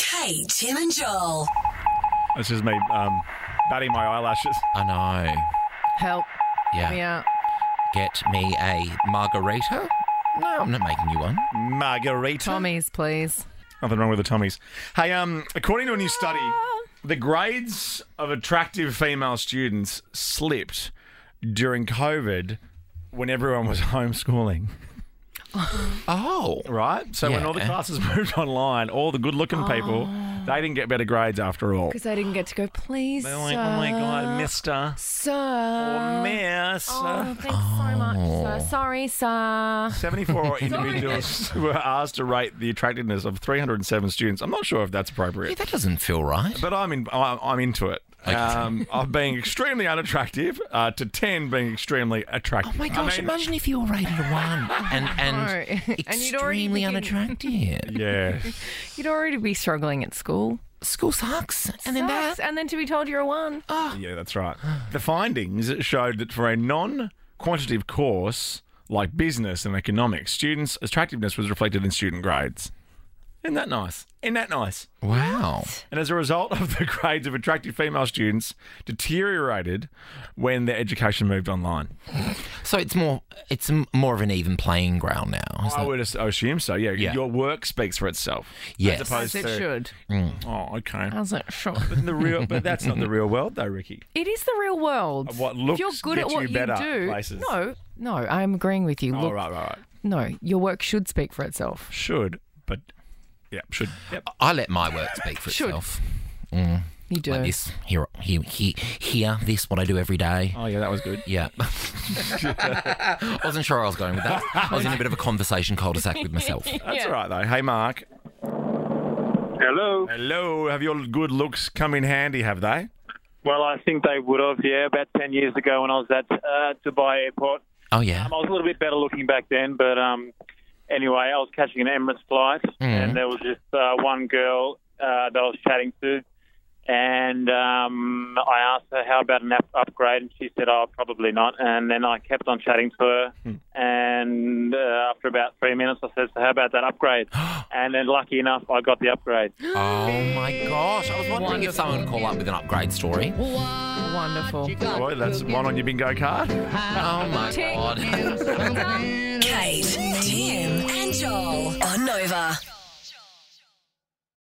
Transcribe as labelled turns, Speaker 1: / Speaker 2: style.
Speaker 1: Hey, Tim and Joel.
Speaker 2: This is me um, batting my eyelashes.
Speaker 3: I know.
Speaker 4: Help
Speaker 3: Yeah.
Speaker 4: me out.
Speaker 3: Get me a margarita. No, I'm not making you one.
Speaker 2: Margarita.
Speaker 4: Tommy's, please.
Speaker 2: Nothing wrong with the tummies. Hey, um, according to a new study,
Speaker 4: Ah.
Speaker 2: the grades of attractive female students slipped during COVID when everyone was homeschooling,
Speaker 3: Oh.
Speaker 2: right? So when all the
Speaker 3: Yeah.
Speaker 2: classes moved online, all the good-looking people, they didn't get better grades after all.
Speaker 4: Ah. Because I didn't get to go, please.
Speaker 2: They're like, oh my God, mister
Speaker 4: Sir.
Speaker 2: or miss.
Speaker 4: Oh, thanks so much, sir. Sorry, sir.
Speaker 2: 74 individuals were asked to rate the attractiveness of 307 students. I'm not sure if that's
Speaker 3: Yeah,
Speaker 2: appropriate,
Speaker 3: that doesn't feel right.
Speaker 2: but I'm in, I- I'm into it.
Speaker 3: Okay.
Speaker 2: Um, of being extremely unattractive uh, to 10 being extremely
Speaker 3: Oh
Speaker 2: attractive.
Speaker 3: my gosh,
Speaker 2: I mean,
Speaker 3: imagine if you were rated a one and, and
Speaker 4: No. And you'd already
Speaker 3: extremely
Speaker 4: be getting-
Speaker 3: unattractive.
Speaker 2: yeah.
Speaker 4: You'd already be struggling at school.
Speaker 3: School sucks. And then
Speaker 4: Sucks.
Speaker 3: that.
Speaker 4: And then Oh, to be told you're a one.
Speaker 2: Yeah, that's right. The findings showed that for a non quantitative course like business and economics, students' attractiveness was reflected in student grades. Isn't that nice? Isn't that nice?
Speaker 3: Wow.
Speaker 2: And as a result of the grades of attractive female students deteriorated when their education moved online.
Speaker 3: So it's more it's m- more of an even playing ground now. Isn't
Speaker 2: I
Speaker 3: it?
Speaker 2: would as- I assume so. Yeah,
Speaker 3: Yeah.
Speaker 2: your work speaks for itself.
Speaker 3: Yes.
Speaker 2: As opposed
Speaker 4: As it
Speaker 2: to,
Speaker 4: should.
Speaker 2: Oh, okay.
Speaker 4: As it should.
Speaker 2: But in the real, but that's not the real world though, Ricky.
Speaker 4: It is the real world.
Speaker 2: And what
Speaker 4: if you're
Speaker 2: looks
Speaker 4: good
Speaker 2: get
Speaker 4: at
Speaker 2: you
Speaker 4: what
Speaker 2: better
Speaker 4: do,
Speaker 2: places.
Speaker 4: no, no, I'm agreeing with you.
Speaker 2: Oh,
Speaker 4: Look,
Speaker 2: right, right, right.
Speaker 4: no, your work should speak for itself.
Speaker 2: Should, but yeah, should. Yep.
Speaker 3: I let my work speak for
Speaker 4: Should.
Speaker 3: itself.
Speaker 4: You do.
Speaker 3: Like this. Here, here, here, here, this, what I do every day.
Speaker 2: Oh yeah, that was good.
Speaker 3: Yeah. I wasn't sure I was going with that. I was in a bit of a conversation cul-de-sac with myself.
Speaker 2: That's
Speaker 4: Yeah.
Speaker 2: all right though. Hey, Mark.
Speaker 5: Hello.
Speaker 2: Hello. Have your good looks come in handy? Have they?
Speaker 5: Well, I think they would have, yeah, about 10 years ago when I was at uh, Dubai Airport.
Speaker 3: Oh yeah.
Speaker 5: Um, I was a little bit better looking back then, but um, anyway, I was catching an Emirates flight, and there was just uh, one girl uh, that I was chatting to, and um, I asked her how about an up- upgrade, and she said, "Oh, probably not." And then I kept on chatting to her, and uh, after about three minutes, I said, "So how about that upgrade?" and then, lucky enough, I got the upgrade.
Speaker 3: Oh my gosh. I was wondering if someone would call up with an upgrade story. Oh
Speaker 4: Wonderful.
Speaker 2: Boy, that's one on your bingo card.
Speaker 3: Oh, my god.
Speaker 1: Kate, Tim, and Joel on Nova.